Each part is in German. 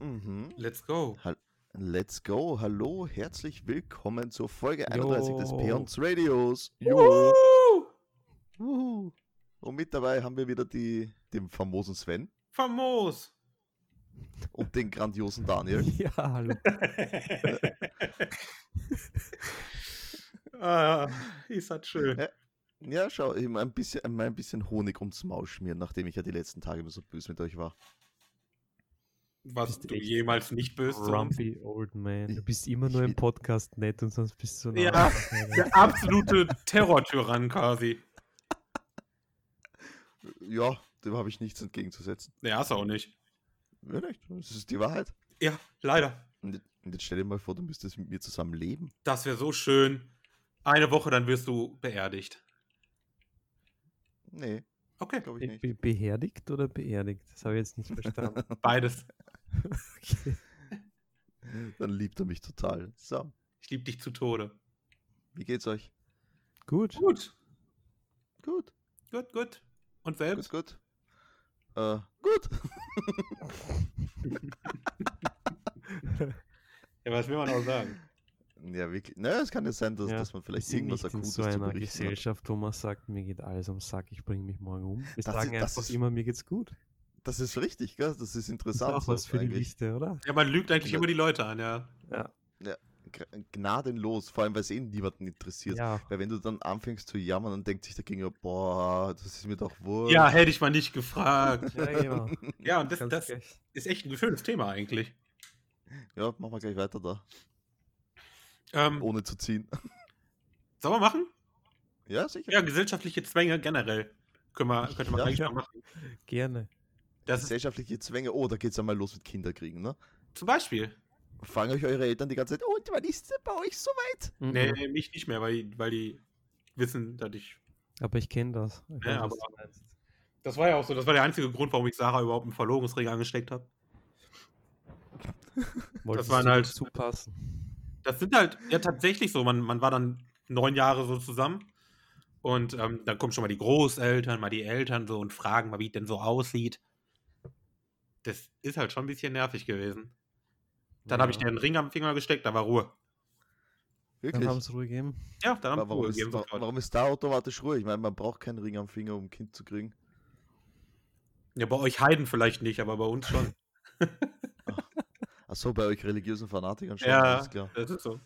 Mhm. Let's go. Hall- Let's go. Hallo, herzlich willkommen zur Folge 31 des Peons Radios. Jo. Uhu. Uhu. Und mit dabei haben wir wieder die, den famosen Sven Famos. und den grandiosen Daniel. Ja, hallo. ah, ist das schön. Ja, schau, ihm ein bisschen, mal ein bisschen Honig ums Maul schmieren, nachdem ich ja die letzten Tage immer so böse mit euch war. Was Bist du echt jemals nicht böse zu uns. Grumpy Old Man. Du Ich- bist immer nur ich- im Podcast nett und sonst bist du so ein Ja. Arschloch. Der absolute Terrortyrann quasi. Ja, dem habe ich nichts entgegenzusetzen. Der hast du auch nicht. Ja, nicht. Das ist die Wahrheit. Ja, leider. Und jetzt- und jetzt stell dir mal vor, du müsstest mit mir zusammen leben. Das wäre so schön. Eine Woche, dann wirst du beerdigt. Nee, Okay, glaube ich Be nicht. be beherdigt oder beerdigt? Das habe ich jetzt nicht verstanden. beides. Okay. Dann liebt er mich total. So, Ich liebe dich zu Tode. wie geht's euch? Gut. Also, Gut, Gut, gut, gut. Und gut, selbst? gut. Äh, gut. Ja, was will man auch sagen? Ja, wirklich. Naja, es kann ja sein, dass, Ja, dass man vielleicht Wir sind irgendwas nicht in Akutes so zu einer berichten hat. Gesellschaft, wo man sagt, mir geht alles am Sack, ich bringe mich morgen um. Wir Das sagen ist- das einfach ist- immer, mir geht's gut. Das ist richtig, gell? Das ist Das ist interessant. auch was so für die eigentlich. Wichte, oder? Ja, man lügt eigentlich immer die Leute an, ja. Gr- Gnadenlos, vor allem, weil es eh niemanden interessiert. Ja. Weil wenn du dann anfängst zu jammern, dann denkt sich der Gegner, boah, das ist mir doch wurscht. Ja, hätte ich mal nicht gefragt. Ja, genau. Ja, und das, Ganz das gleich. ist echt ein schönes Thema eigentlich. ja, machen wir gleich weiter da. Ähm, Ohne zu ziehen. Sollen wir machen? Ja, sicher. Ja, gesellschaftliche Zwänge generell. Können wir, könnte man Ja, eigentlich ja. mal machen. Gerne. Das ist, Gesellschaftliche Zwänge. Oh, da geht's einmal los mit Kinderkriegen, ne? zum Beispiel. Fragen euch eure Eltern die ganze Zeit, und wann ist denn bei euch so weit? Nee, Mhm. mich nicht mehr, weil, die- weil die wissen, dass ich. Aber ich kenne das. Ich Ja, weiß, was aber- du meinst. Das war ja auch so, das war der einzige Grund, warum ich Sarah überhaupt einen Verlobungsring angesteckt habe. Wolltest waren du halt- zupassen. Das sind halt ja tatsächlich so. Man, man war dann neun Jahre so zusammen. Und ähm, dann kommen schon mal die Großeltern, mal die Eltern so und fragen mal, wie es denn so aussieht. Das ist halt schon ein bisschen nervig gewesen. Dann habe ich dir einen Ring am Finger gesteckt, da war Ruhe. Wirklich? Dann haben sie Ruhe gegeben. Ja, dann haben Aber wir warum, Ruhe ist, gegeben. wa- sofort. warum ist da automatisch Ruhe? Ich meine, man braucht keinen Ring am Finger, um ein Kind zu kriegen. Ja, bei euch Heiden vielleicht nicht, aber bei uns schon. Achso, bei euch religiösen Fanatikern schon, ja, alles klar. das ist so.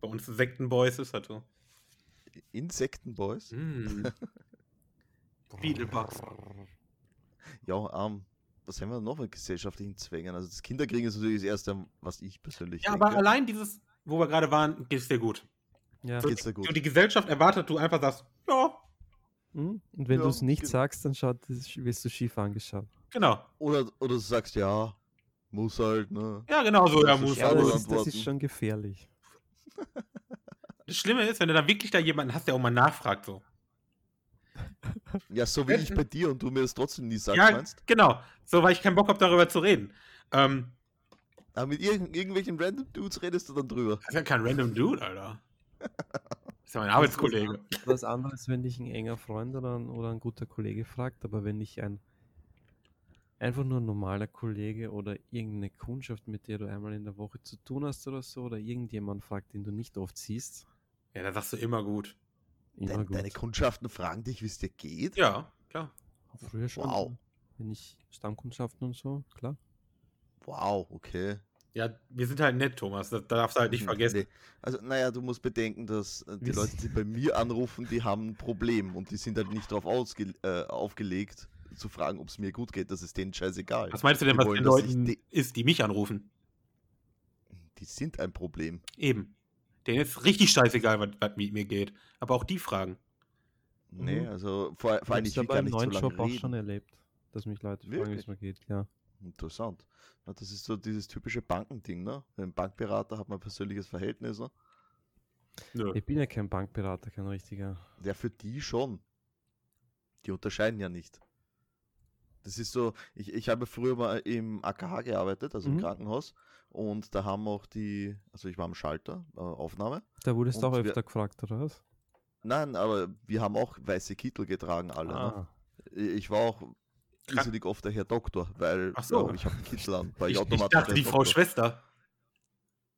Bei uns Sektenboys ist das so. Insektenboys? Hm. Beetlebugs. Ja, ähm, was haben wir noch mit gesellschaftlichen Zwängen? Also das Kinderkriegen ist natürlich das Erste, was ich persönlich Ja, denke. aber allein dieses, wo wir gerade waren, geht's dir gut. Ja. Geht's dir gut? Und die Gesellschaft erwartet, du einfach sagst, ja, Mhm. Und wenn Ja, du es nicht gen- sagst, dann schaut, das- wirst du schief angeschaut. genau. Oder, oder du sagst, ja, muss halt, ne? Ja, genau so, ja, Das ist muss. Ja, Ja, aber das, ist, das antworten. ist schon gefährlich. Das Schlimme ist, wenn du dann wirklich da jemanden hast, der auch mal nachfragt, so. Ja, so wie ich bei dir und du mir das trotzdem nie sagst, ja, meinst? genau. So, weil ich keinen Bock habe, darüber zu reden. Ähm, Aber Äh, mit irgend, irgendwelchen random Dudes redest du dann drüber. das ist ja kein random Dude, Alter. Das ist ja mein Arbeitskollege. Was anderes, wenn dich ein enger Freund oder ein, oder ein guter Kollege fragt, aber wenn dich ein einfach nur ein normaler Kollege oder irgendeine Kundschaft, mit der du einmal in der Woche zu tun hast oder so, oder irgendjemand fragt, den du nicht oft siehst, Ja, da sagst du immer gut. immer Deine, gut. deine Kundschaften fragen dich, wie es dir geht. Ja, klar. Früher schon. Wow. Wenn ich Stammkundschaften und so, klar. Wow, okay. Ja, wir sind halt nett, Thomas. Das darfst du halt nicht Mhm, vergessen. nee. Also, naja, du musst bedenken, dass äh, die Wir Leute, die bei mir anrufen, die haben ein Problem und die sind halt nicht darauf ausge äh, aufgelegt, zu fragen, ob es mir gut geht. Das ist denen scheißegal. Was meinst du denn, Die was wollen, den dass ich Leuten die- ist, die mich anrufen? Die sind ein Problem. Eben. Denen ist richtig scheißegal, was, was mit mir geht. Aber auch die fragen. Nee, Mhm. also vor, vor allem, Hab's ich ja will gar beim nicht so neuen lange Job auch schon reden. erlebt, dass mich Leute fragen, wie Wirklich? es mir geht, ja. Interessant. Na, das ist so dieses typische Bankending, ne? Ein Bankberater hat man ein persönliches Verhältnis, ne? Nö. Ich bin ja kein Bankberater, kein richtiger. Ja, für die schon. Die unterscheiden ja nicht. Das ist so, ich, ich habe früher mal im AKH gearbeitet, also im Mhm. Krankenhaus. Und da haben auch die, also ich war am Schalter, äh, Aufnahme. Da wurdest du Und auch wir- öfter gefragt, oder was? Ah. Nein, aber wir haben auch weiße Kittel getragen, alle. Ne? Ich war auch Ah. Krank- irrsinnig oft der Herr Doktor, weil Ach so. ja, ich habe einen Kittel an. Weil Ich, ich, ich automatisch dachte, Herr die Frau Doktor- Schwester.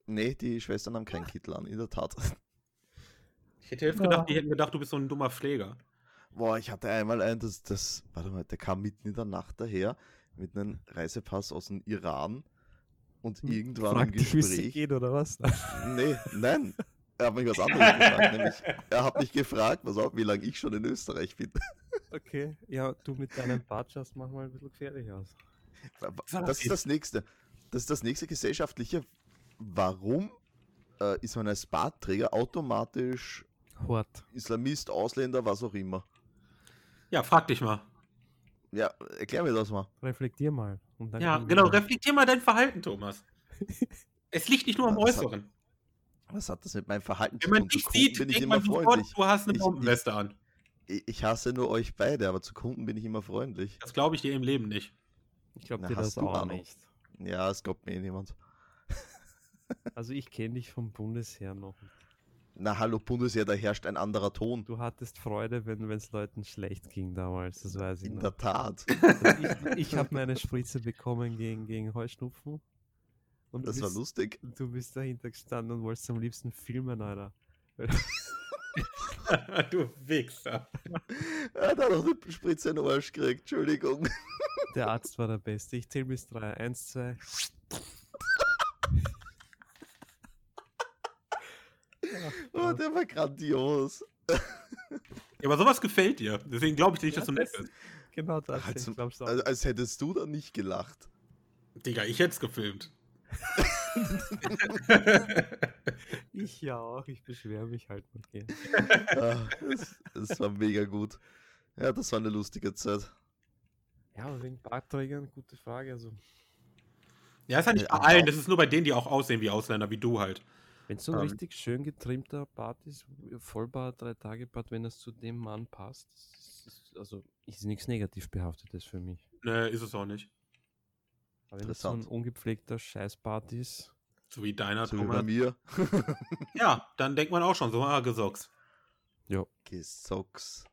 Nee, die Schwestern haben keinen Kittel an, in der Tat. Ich hätte jetzt gedacht, die hätten gedacht, du bist so ein dummer Pfleger. Boah, ich hatte einmal einen, das, das, warte mal, der kam mitten in der Nacht daher mit einem Reisepass aus dem Iran und Hm, irgendwann im Frag dich, wie es dir Gespräch. geht oder was? Nee, nein. Er hat mich was anderes gefragt, nämlich er hat mich gefragt, pass auf, wie lange ich schon in Österreich bin. Okay, ja, du mit deinem Bartschast mach mal ein bisschen gefährlich aus. Das ist das nächste. Das ist das nächste gesellschaftliche. Warum äh, ist man als Bartträger automatisch Hort. Islamist, Ausländer, was auch immer? Ja, frag dich mal. Ja, erklär mir das mal. Reflektier mal. Und dann Ja, kommen genau. wir wieder. Reflektier mal dein Verhalten, Thomas. es liegt nicht nur am Ja, das hat- Äußeren. Was hat das mit meinem Verhalten Wenn man Zu dich Kunden sieht, bin ich denkt immer man sofort, freundlich. du hast eine Ich- Bombenweste an. Ich ich hasse nur euch beide, aber zu Kunden bin ich immer freundlich. Das glaube ich dir im Leben nicht. Ich glaube Na, dir hast das du auch Ahnung. nicht. Ja, es glaubt mir eh niemand. Also ich kenne dich vom Bundesheer noch. Na hallo Bundesheer, da herrscht ein anderer Ton. Du hattest Freude, wenn es Leuten schlecht ging damals, das weiß ich In noch. der Tat. Ich, ich habe meine Spritze bekommen gegen, gegen Heuschnupfen. Und du Das war bist, lustig. Du bist dahinter gestanden und wolltest am liebsten filmen, Alter. du Wichser. Er hat auch noch eine Spritze in den Arsch gekriegt. Entschuldigung. Der Arzt war der Beste. Ich zähle bis drei. Eins, zwei. Genau Oh, der war grandios. Ja, aber sowas gefällt dir. Deswegen glaube ich dir nicht, Ja, dass du nett das- bist. Genau das. Halt ich zum- glaub's auch. Also, als hättest du da nicht gelacht. Digga, ich hätte es gefilmt. ich ja auch. Ich beschwere mich halt mal. gern. Ah, das, das war mega gut. Ja, das war eine lustige Zeit. Ja, aber wegen Bartträgern, gute Frage. Also, ja, ist ja nicht bei Ja, allen. auch. Das ist nur bei denen, die auch aussehen wie Ausländer, wie du halt. wenn so ein Ähm. richtig schön getrimmter Bart ist, Vollbart, drei Tage Bart, wenn das zu dem Mann passt, das ist, also ist nichts negativ behaftetes für mich. Ne, ist es auch nicht. Aber wenn das so ein Interessant. ungepflegter Scheißbart ist, So wie deiner, So wie bei Thomas. mir. Ja, dann denkt man auch schon so, ah, gesocks. Gesocks.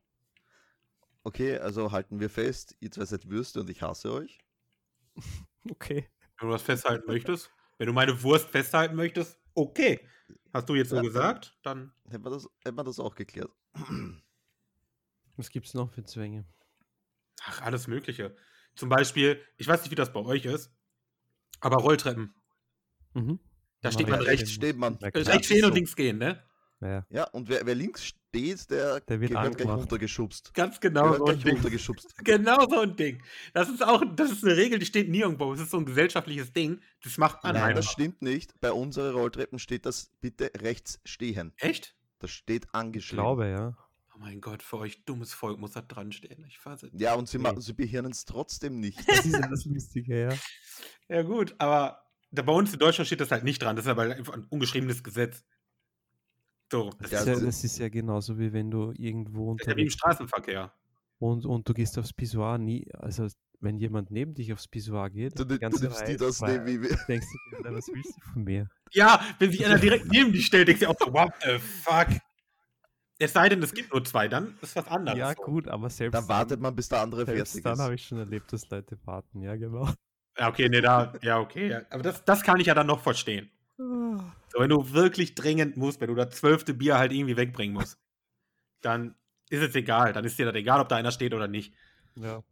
Okay, also halten wir fest, ihr zwei seid Würste und ich hasse euch. okay. Wenn du das festhalten möchtest, wenn du meine Wurst festhalten möchtest, okay. Hast du jetzt so Ja. gesagt, dann Hätten wir das, hätten wir das auch geklärt. Was gibt's noch für Zwänge? ach, alles Mögliche. Zum Beispiel, ich weiß nicht, wie das bei euch ist, aber Rolltreppen. Mhm. Da steht man Wer rechts rechts steht, man. Ja, Äh, klar. Rechts stehen und links gehen, ne? Naja. Ja, und wer, wer links steht, der, Der wird gehört gleich angemacht. runtergeschubst. Ganz genau Gehört so ein gleich Ding. runtergeschubst. Genau so ein Ding. Das ist auch, das ist eine Regel, die steht nirgendwo. Es ist so ein gesellschaftliches Ding. Das macht man Nein, Anheimer. das einfach. stimmt nicht. Bei unseren Rolltreppen steht das bitte rechts stehen. Echt? Das steht Ich angeschrieben. glaube, ja. Oh mein Gott, für euch dummes Volk muss da dran stehen. Ich fasse. Ja. Ja, und sie, ma- Nee. sie behirnen es trotzdem nicht. Das ist ja das Lustige, ja. ja gut, aber da bei uns in Deutschland steht das halt nicht dran. Das ist aber einfach ein ungeschriebenes Gesetz. So, das Das, Ja, ist, ja, also- das ist ja genauso wie wenn du irgendwo ist ja wie im unterwegs Straßenverkehr. und, und du gehst aufs Pissoir nie, also wenn jemand neben dich aufs Pissoir geht, Du, die du, du ganze nimmst Reihe die das frei, nehmen, wie wir. denkst du, dir, Alter, was willst du von mir? Ja, wenn sich einer direkt neben dich stellt, denkst du auch so, what the fuck? Es sei denn, es gibt nur zwei, dann ist was anderes. Ja gut, aber selbst Dann wartet man, bis der andere dann, selbst fertig dann habe ist. ich schon erlebt, dass Leute warten, ja genau. Ja, okay, nee, da, ja, okay. Ja. Aber das, das kann ich ja dann noch verstehen. Ah. So, wenn du wirklich dringend musst, wenn du das zwölfte Bier halt irgendwie wegbringen musst, dann ist es egal. Dann ist dir das egal, ob da einer steht oder nicht. Ja.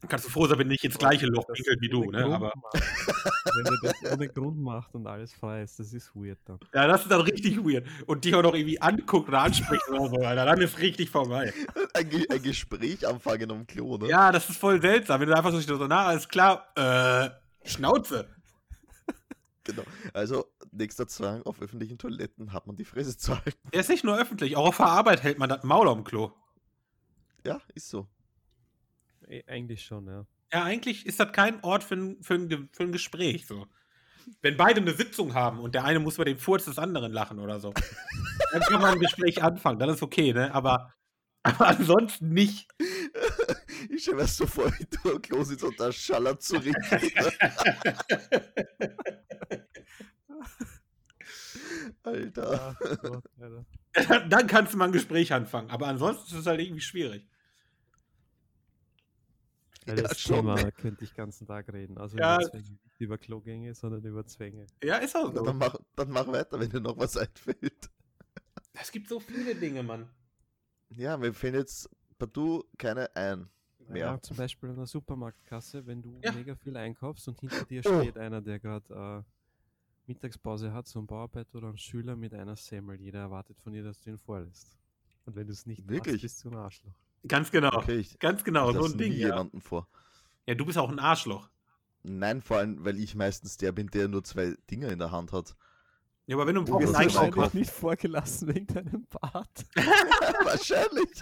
Dann kannst du froh sein, wenn du nicht ins gleiche Loch Das pinkelt wie du, ohne ne? Grund Aber macht. wenn ihr das ohne Grund macht und alles frei ist, das ist weird dann. ja, das ist dann richtig weird. Und dich auch noch irgendwie anguckt oder anspricht oder so, Alter, dann ist richtig vorbei. Ein, Ge ein Gespräch anfangen am Klo, ne? Ja, das ist voll seltsam, wenn du einfach so stehst, so, na, alles klar, äh, Schnauze. Genau. Also, nächster Zwang, auf öffentlichen Toiletten hat man die Fresse zu halten. Der ist nicht nur öffentlich, auch auf der Arbeit hält man das Maul am Klo. Ja, ist so. E- Eigentlich schon, ja. Ja, eigentlich ist das kein Ort für ein, für ein, Ge- für ein Gespräch. So. Wenn beide eine Sitzung haben und der eine muss über den Furz des anderen lachen oder so, dann kann man ein Gespräch anfangen, dann ist okay, ne? Aber, aber ansonsten nicht. Ich stelle mir das so vor, wie du am Klo sitzt und da schallert zu richtig. Alter. Ah, Gott, Alter. Dann kannst du mal ein Gespräch anfangen. Aber ansonsten ist es halt irgendwie schwierig. Weil das schon. Thema könnte ich den ganzen Tag reden. Also Ja. über Zwänge. Nicht über Klogänge, sondern über Zwänge. Ja, ist auch Na, Dann so. mach, dann mach weiter, wenn dir noch was einfällt. Es gibt so viele Dinge, Mann. Ja, mir fällt jetzt partout keine ein. Mehr. Ja, zum Beispiel an der Supermarktkasse, wenn du Ja. mega viel einkaufst und hinter dir Oh. steht einer, der gerade äh, Mittagspause hat, so ein Bauarbeiter oder ein Schüler mit einer Semmel. Jeder erwartet von dir, dass du ihn vorlässt. Und wenn du es nicht Wirklich? machst, bist du ein Arschloch. Ganz genau. Okay, ich Ganz genau, lass so ein nie Ding. Ja. jemanden vor. ja, du bist auch ein Arschloch. Nein, vor allem, weil ich meistens der bin, der nur zwei Dinger in der Hand hat. Ja, aber wenn du einen Du bist Bock ein einkaufst, Arschloch. Oh nicht vorgelassen wegen deinem Bart. Wahrscheinlich.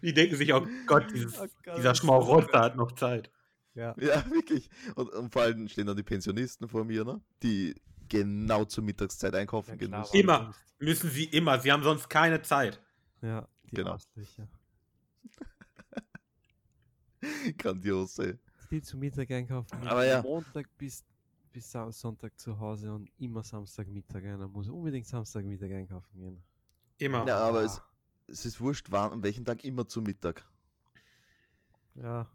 die denken sich, oh Gott, dieses, Oh Gott, dieser das ist Schmaurotzer hat noch Zeit. Ja. Ja, wirklich. Und, und vor allem stehen dann die Pensionisten vor mir, ne? die genau zur Mittagszeit einkaufen gehen klar, müssen. Immer. warum sonst? Müssen sie immer, sie haben sonst keine Zeit. Ja, die Genau. Arschlöcher. Grandios, ey. Die zu Mittag einkaufen. die Aber ja. Montag bis, bis Sam- Sonntag zu Hause und immer Samstagmittag. Einer muss unbedingt Samstagmittag einkaufen gehen. Immer. Ja, aber Ah. es, es ist wurscht, wann, an welchem Tag immer zum Mittag. Ja,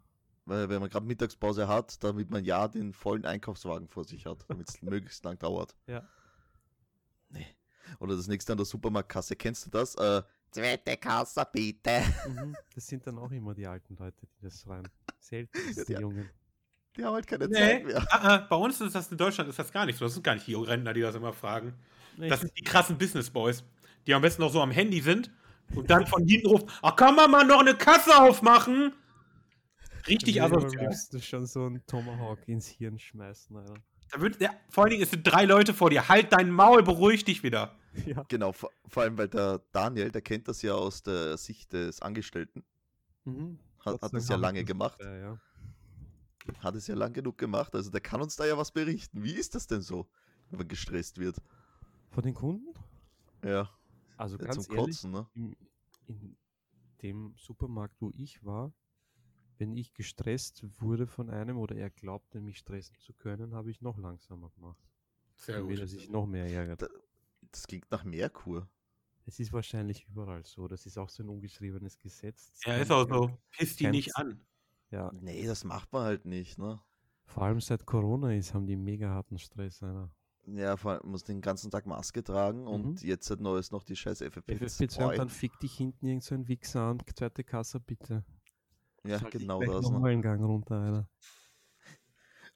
Weil wenn man gerade Mittagspause hat, damit man ja den vollen Einkaufswagen vor sich hat, damit es möglichst lang dauert. Ja. Nee. Oder das nächste an der Supermarktkasse, kennst du das? Äh, zweite Kasse bitte. mhm. das sind dann auch immer die alten Leute, die das schreien. Selten sind es die Ja. Jungen. Die haben halt keine Nee, Zeit mehr. ah, ah, bei uns ist das in Deutschland ist das gar nicht so. Das sind gar nicht die Rentner, die das immer fragen. Das sind die krassen Business Boys, die am besten noch so am Handy sind und dann von hinten ruft, ach, kann man mal noch eine Kasse aufmachen? Richtig also. asozial. liebsten schon so einen Tomahawk ins Hirn schmeißen, Alter. Da wird, ja, vor allen Dingen, es sind drei Leute vor dir. Halt dein Maul, beruhig dich wieder. Ja. Genau, vor, vor allem, weil der Daniel, der kennt das ja aus der Sicht des Angestellten, Mhm. hat, Gott hat sei das ja Dank haben wir lange das gemacht. dabei, ja. Hat es ja lang genug gemacht, also der kann uns da ja was berichten. Wie ist das denn so, wenn man gestresst wird? Von den Kunden? Ja, Also ja, ganz zum ehrlich, Kotzen, ne? im, in dem Supermarkt, wo ich war, wenn ich gestresst wurde von einem oder er glaubte, mich stressen zu können, habe ich noch langsamer gemacht. Sehr damit er sich noch mehr ärgert. Da- Das klingt nach Merkur. Es ist wahrscheinlich überall so. Das ist auch so ein ungeschriebenes Gesetz. Das Ja, kann ist auch ich so. Piss die Kennt's. nicht an. Ja. Nee, das macht man halt nicht, ne? Vor allem seit Corona ist, haben die mega harten Stress. Alter. Ja, vor allem muss den ganzen Tag Maske tragen und jetzt hat neues noch die scheiß FFP2 und FFP2. dann fick dich hinten irgend so ein Wichser an. Zweite Kasse bitte. Ja, Schalte dich genau gleich das. noch Ne? mal einen Gang runter, Alter.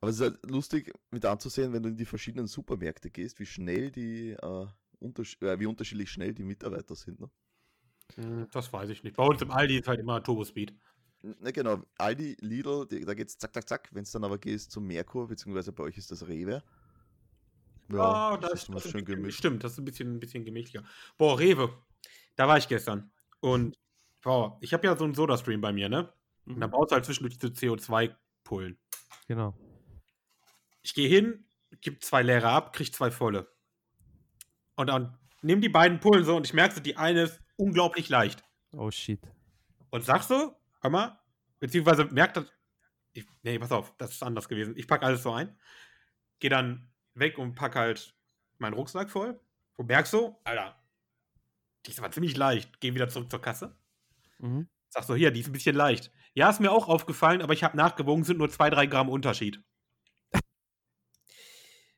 Aber es ist halt lustig mit anzusehen, wenn du in die verschiedenen Supermärkte gehst, wie schnell die, äh, untersch äh, wie unterschiedlich schnell die Mitarbeiter sind. Ne? Hm, Das weiß ich nicht. Bei uns im Aldi ist halt immer Turbospeed. Na genau, Aldi, Lidl, die, da geht's zack, zack, zack. Wenn es dann aber gehst zum Merkur, beziehungsweise bei euch ist das Rewe. Ja, das, Ah, das, ist mal das ist schön ein bisschen- gemischt. Stimmt, das ist ein bisschen, ein bisschen gemächlicher. Boah, Rewe, da war ich gestern. Und boah, ich habe ja so einen Soda-Stream bei mir, ne? Und dann brauchst du halt zwischendurch diese CO2-Pullen. Genau. Ich gehe hin, gib zwei leere ab, krieg zwei volle. Und dann nimm die beiden Pullen so und ich merke, so, die eine ist unglaublich leicht. Oh shit. und sag so, hör mal, beziehungsweise merkt das, ich, nee, pass auf, das ist anders gewesen. Ich pack alles so ein, geh dann weg und pack halt meinen Rucksack voll und merk so, Alter, die ist aber ziemlich leicht. Geh wieder zurück zur Kasse. Mhm. Sag so, hier, die ist ein bisschen leicht. Ja, ist mir auch aufgefallen, aber ich habe nachgewogen, sind nur zwei, drei Gramm Unterschied.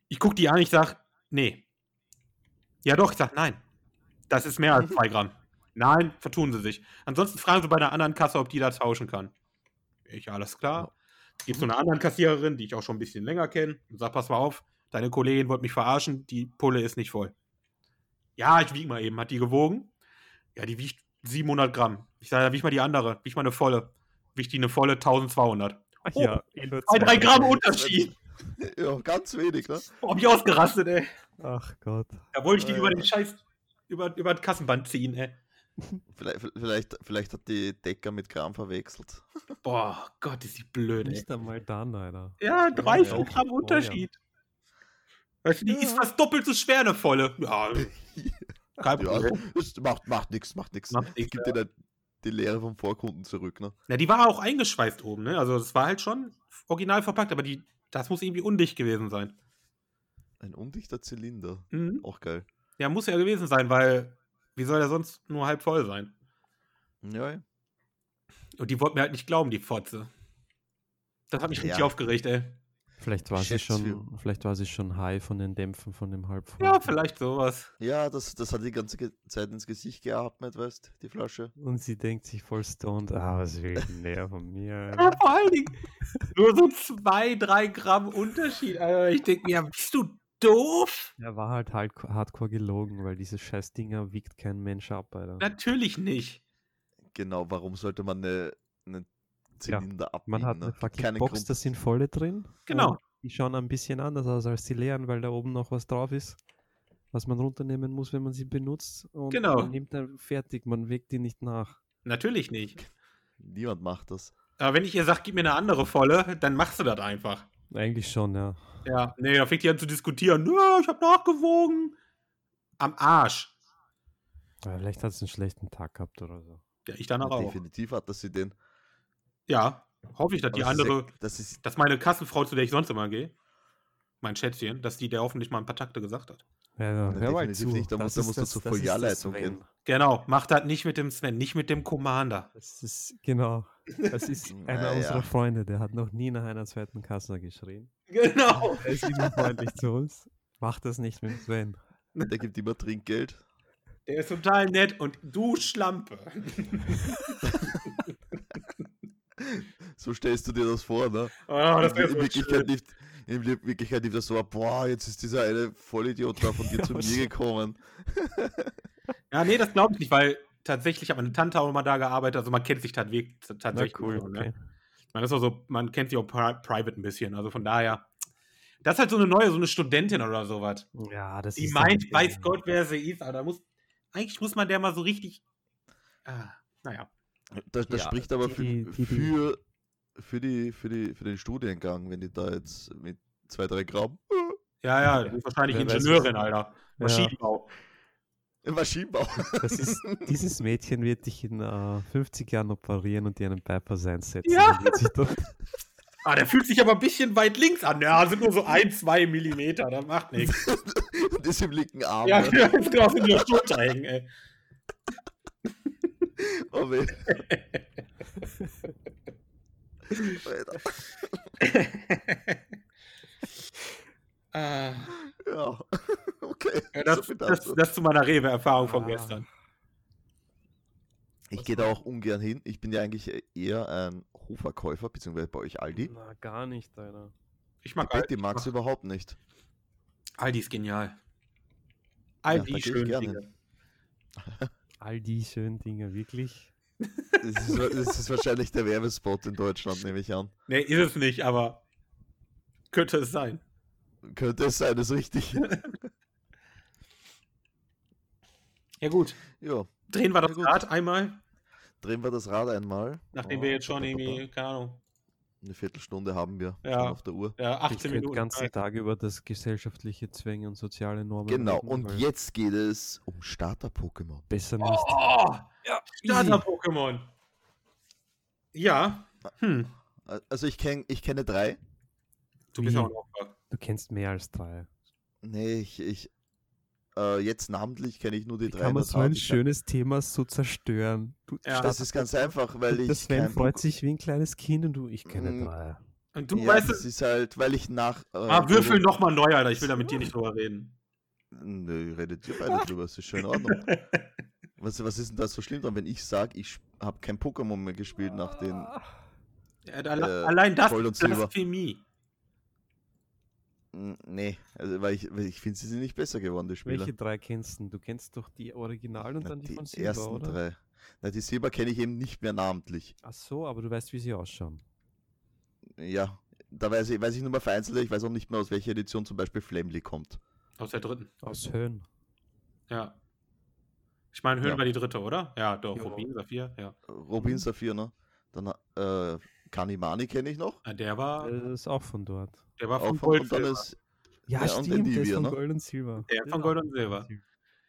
Ich guck die an, ich sag, nee. Ja doch, ich sag, nein. Das ist mehr als zwei Gramm. Nein, vertun sie sich. Ansonsten fragen sie bei einer anderen Kasse, ob die da tauschen kann. Ich, alles klar. Gibt so eine anderen Kassiererin, die ich auch schon ein bisschen länger kenne, und sag, pass mal auf, deine Kollegin wollte mich verarschen, die Pulle ist nicht voll. Ja, ich wieg mal eben. Hat die gewogen? Ja, die wiegt 700 Gramm. Ich sage, wieg mal die andere, wieg mal eine volle. Wieg die eine volle 1200. Oh, eh nur Zwei, drei Gramm Gramm. Unterschied. Ja, ganz wenig, ne? Boah, hab ich ausgerastet, ey. Ach Gott. Da wollte ich die Ja, über ja. den Scheiß, über, über das Kassenband ziehen, ey. Vielleicht, vielleicht, vielleicht hat die Decker mit Kram verwechselt. Boah, Gott, ist die blöd, ey. Nicht einmal dann, Alter. Ja, 30 Ja. Gramm Unterschied. Weißt du, die Ja. ist fast doppelt so schwer, eine volle. Ja, kein Ja, Problem. das macht, macht nix, macht nix. Macht Ich nichts, gebe dir dann die Lehre vom Vorkunden zurück, ne? Na, die war auch eingeschweißt oben, ne? Also, das war halt schon original verpackt, aber die, das muss irgendwie undicht gewesen sein. Ein undichter Zylinder. Mhm. Auch geil. Ja, muss ja gewesen sein, weil wie soll der sonst nur halb voll sein? Ja, ja. Und die wollten mir halt nicht glauben, die Fotze. Das hat mich Ja. richtig aufgeregt, ey. Vielleicht war, sie Geschäftsführung. schon, vielleicht war sie schon high von den Dämpfen von dem Halbfunk. Ja, vielleicht sowas. Ja, das, das hat die ganze Ge- Zeit ins Gesicht geatmet, weißt die Flasche. Und sie denkt sich voll stoned, ah, was will denn der von mir? Ja, vor allen Dingen nur so zwei, drei Gramm Unterschied. Alter. Ich denke mir, bist du doof? Er war halt hardco- hardcore gelogen, weil diese Scheißdinger wiegt kein Mensch ab, Alter. Natürlich nicht. Genau, warum sollte man eine, einen Zylinder abbiegen? Man hat ne? eine Gibt fucking keinen Box, Grund. da sind volle drin. Genau. Und Die schauen ein bisschen anders aus als die leeren, weil da oben noch was drauf ist, was man runternehmen muss, wenn man sie benutzt. Und Genau. man nimmt dann fertig, man wägt die nicht nach. Natürlich nicht. Niemand macht das. Aber wenn ich ihr sag, gib mir eine andere volle, dann machst du das einfach. Eigentlich schon, ja. Ja, nee, da fängt die an zu diskutieren. Ja, ich hab nachgewogen. Am Arsch. Aber vielleicht hat es einen schlechten Tag gehabt oder so. Ja, ich danach Ja, auch. definitiv hat das sie den. Ja, hoffe ich, dass Aber die das ist ja- andere, Das ist, dass meine Kassenfrau, zu der ich sonst immer gehe, mein Schätzchen, dass die der hoffentlich mal ein paar Takte gesagt hat. Ja, Na, definitiv nicht, da muss- da musst du zur Filialleitung gehen. Genau, mach das nicht mit dem Sven, nicht mit dem Commander. Das ist, genau. Das ist einer Naja. unserer Freunde, der hat noch nie nach einer zweiten Kasse geschrien. Genau. Er ist immer freundlich zu uns. Mach das nicht mit Sven. der gibt immer Trinkgeld. Der ist total nett und du Schlampe. So stellst du dir das vor, ne? Oh, das in, wäre in, so Wirklichkeit schön. lief, in Wirklichkeit lief das so ab, boah, jetzt ist dieser eine Vollidiot da von dir zu mir gekommen. Ja, nee, das glaube ich nicht, weil tatsächlich hat meine Tante auch immer da gearbeitet, also man kennt sich tatsächlich. Na tatsächlich cool, so, ne? okay. Man ist auch so, man kennt sich auch pri private ein bisschen, also von daher. Das ist halt so eine neue, so eine Studentin oder sowas. ne? Ja, das Die ist meint, dann- weiß Gott, wer sie ist, aber da muss, eigentlich muss man der mal so richtig. Ah, naja. Das, das Ja, spricht aber die- für, die- die- für, für, die, für, die, für den Studiengang, wenn die da jetzt mit zwei, drei Gramm Ja, ja, die ist wahrscheinlich Wer weiß Ingenieurin, es. Alter. Maschinenbau. im Maschinenbau. Das ist, dieses Mädchen wird dich in äh, 50 Jahren operieren und dir einen Bypass einsetzen. Ja. Und wird sich dann- Ah, der fühlt sich aber ein bisschen weit links an. Ja, sind nur so ein, zwei Millimeter, das macht nichts. Und ist im linken Arm. Ja, ne? genau, genau, sind die auf Schulter hängen, ey. Oh, weh. Alter, Ah, ja, okay. ja, das, so viel das, dazu. das zu meiner Rewe-Erfahrung von Ah. gestern. ich gehe da auch ungern hin. Ich bin ja eigentlich eher ein Hofverkäufer, beziehungsweise bei euch Aldi. Na, gar nicht, Alter. Ich Die mag Aldi. Betty mag es überhaupt nicht. Aldi ist genial. Aldi, da geh ich schön. gerne. Dinge. All die schönen Dinge, wirklich. Das ist, wa- das ist wahrscheinlich der Werbespot in Deutschland, nehme ich an. Nee, ist es nicht, aber könnte es sein. Könnte es sein, ist richtig. Ja, gut. Ja, Drehen wir das Ja, gut. Rad einmal, drehen wir das Rad einmal. nachdem Oh, wir jetzt schon ba, ba, ba, ba. irgendwie, keine Ahnung, Eine Viertelstunde haben wir Ja. schon auf der Uhr. ja, Ich 18 könnte den Minuten. ganzen Tag über das gesellschaftliche Zwänge und soziale Normen. Genau, reden, und weil jetzt geht es um Starter-Pokémon. Besser nicht. Oh, Ja, Starter-Pokémon. Ja. Hm. Al- Also ich, kenn, ich kenne drei. Du bist Wie? auch noch. Du kennst mehr als drei. Nee, ich, ich äh, jetzt namentlich kenne ich nur die Wie drei. kann in man der so Tat. ein Ich kann- schönes Thema so zerstören? Du, Ja. Das ist ganz einfach, weil der ich Sven kein freut Pok- sich wie ein kleines Kind und du, ich kenne Mm. drei. Und du ja, weißt das es. ist halt, weil ich nach... Äh, Ah, würfel nochmal neu, Alter. Ich will da mit dir nicht drüber reden. Nö, redet ihr beide drüber, es ist schön in Ordnung. Was, was ist denn das so schlimm dran, wenn ich sage, ich habe kein Pokémon mehr gespielt nach Ah. den... Ja, da- alle- Äh, allein das Gold und ist Silber. Blasphemie. Mm, Nee, also weil ich, weil ich finde, sie sind nicht besser geworden, die Spiele. Welche drei kennst du? Du kennst doch die Original und Na, dann die, die von Silber, ersten oder? drei. Na, die Silber kenne ich eben nicht mehr namentlich. Ach so, aber du weißt, wie sie ausschauen. Ja, da weiß ich, weiß ich nur mal vereinzelt, ich weiß auch nicht mehr, aus welcher Edition zum Beispiel Flamely kommt. Aus der dritten. Aus Höhen. Ja. Ich meine, Höhen Ja. war die dritte, oder? Ja, doch. Ja. Rubin, Saphir, ja. Robin Mhm. Saphir, ne? Dann äh, Kanimani kenne ich noch. Ah, Der war, Das ist auch von dort. der war von Auch Gold Äh, und und dann Silber. ist, Ja, Ja, und stimmt, der ist Endivir, von ne? Gold und Silber. Der von Gold und Silber.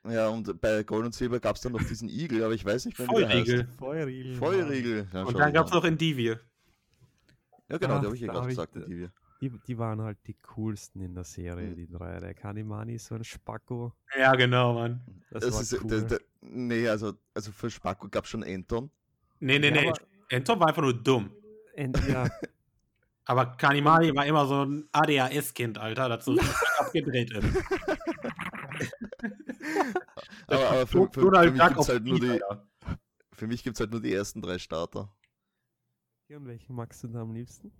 ja, und bei Gold und Silber gab es dann noch diesen Igel, aber ich weiß nicht mehr, wie der heißt. Vollriegel. Feuerriegel. Feuerriegel. Ja, Und schau dann dich gab es an. noch Endivir. Ja, genau, Ach, die habe ich ja Ah, da gerade hab ich- gesagt, die wir. Die, die waren halt die coolsten in der Serie, Mhm. die drei. Der Kanimani ist so ein Spacko. Ja, genau, Mann. Das, Das war ist, cool. das, das, nee, also, also für Spacko gab es schon Anton. Nee, nee, Ja, nee. aber Enton war einfach nur dumm. Ent ja, Aber Kanimari war immer so ein ADHS-Kind, Alter, das so abgedreht ist. Aber, aber für, für, für Donald mich Duck gibt es auf halt, nur Speed, die- Alter. für mich gibt's halt nur die ersten drei Starter. und welchen magst du da am liebsten?